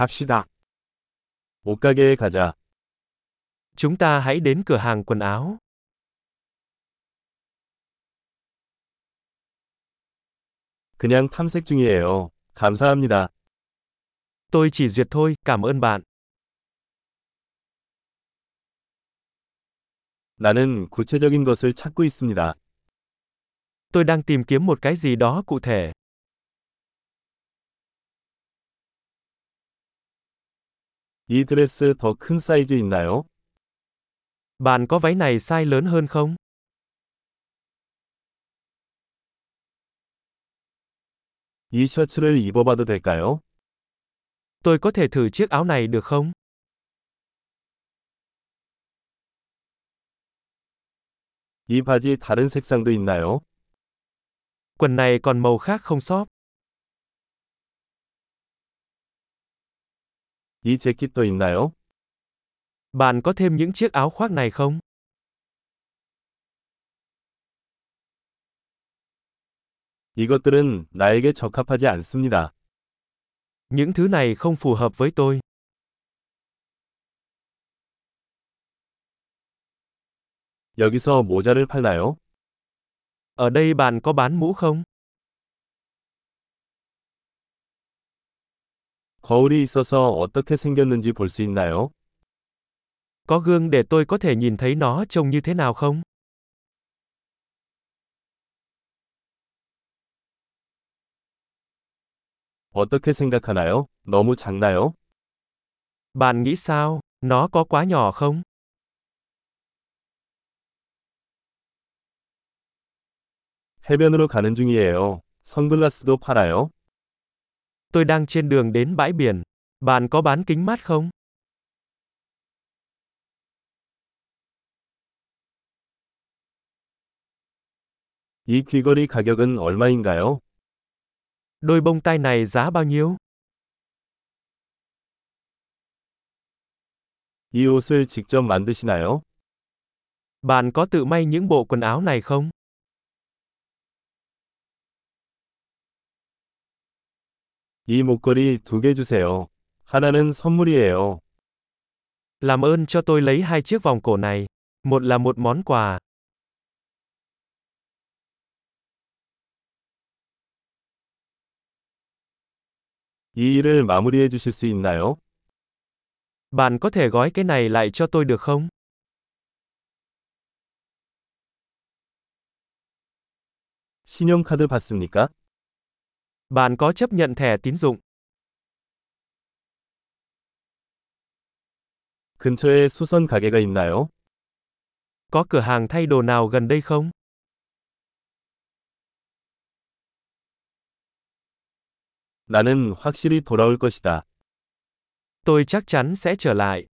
갑시다. 옷가게에 가자. Chúng ta hãy đến cửa hàng quần áo. 그냥 탐색 중이에요. 감사합니다. Tôi chỉ duyệt thôi, cảm ơn bạn. 나는 구체적인 것을 찾고 있습니다. Tôi đang tìm kiếm một cái gì đó cụ thể. 이 드레스 더 큰 사이즈 있나요? Bạn có váy này size lớn hơn không? 이 셔츠를 입어봐도 될까요? Tôi có thể thử chiếc áo này được không? 이 바지 다른 색상도 있나요? Quần này còn màu khác không shop? 이 재킷도 있나요? Bạn có thêm những chiếc áo khoác này không? 이것들은 나에게 적합하지 않습니다. Những thứ này không phù hợp với tôi. 여기서 모자를 팔나요? Ở đây bạn có bán mũ không? 거울이 있어서 어떻게 생겼는지 볼 수 있나요? Có gương để tôi có thể nhìn thấy nó trông như thế nào không? 어떻게 생각하나요? 너무 작나요? Bạn nghĩ sao? Nó có quá nhỏ không? 해변으로 가는 중이에요. 선글라스도 팔아요? Tôi đang trên đường đến bãi biển. Bạn có bán kính mát không? 이 귀걸이 가격은 얼마인가요? Đôi bông tai này giá bao nhiêu? 이 옷을 직접 만드시나요? Bạn có tự may những bộ quần áo này không? 이 목걸이 두 개 주세요. 하나는 선물이에요. Làm ơn cho tôi lấy hai chiếc vòng cổ này. Một là một món quà. 이 일을 마무리해 주실 수 있나요? Bạn có thể gói cái này lại cho tôi được không? 신용카드 받습니까? Bạn có chấp nhận thẻ tín dụng? 근처에 수선 가게가 있나요? Có cửa hàng thay đồ nào gần đây không? 나는 확실히 돌아올 것이다. Tôi chắc chắn sẽ trở lại.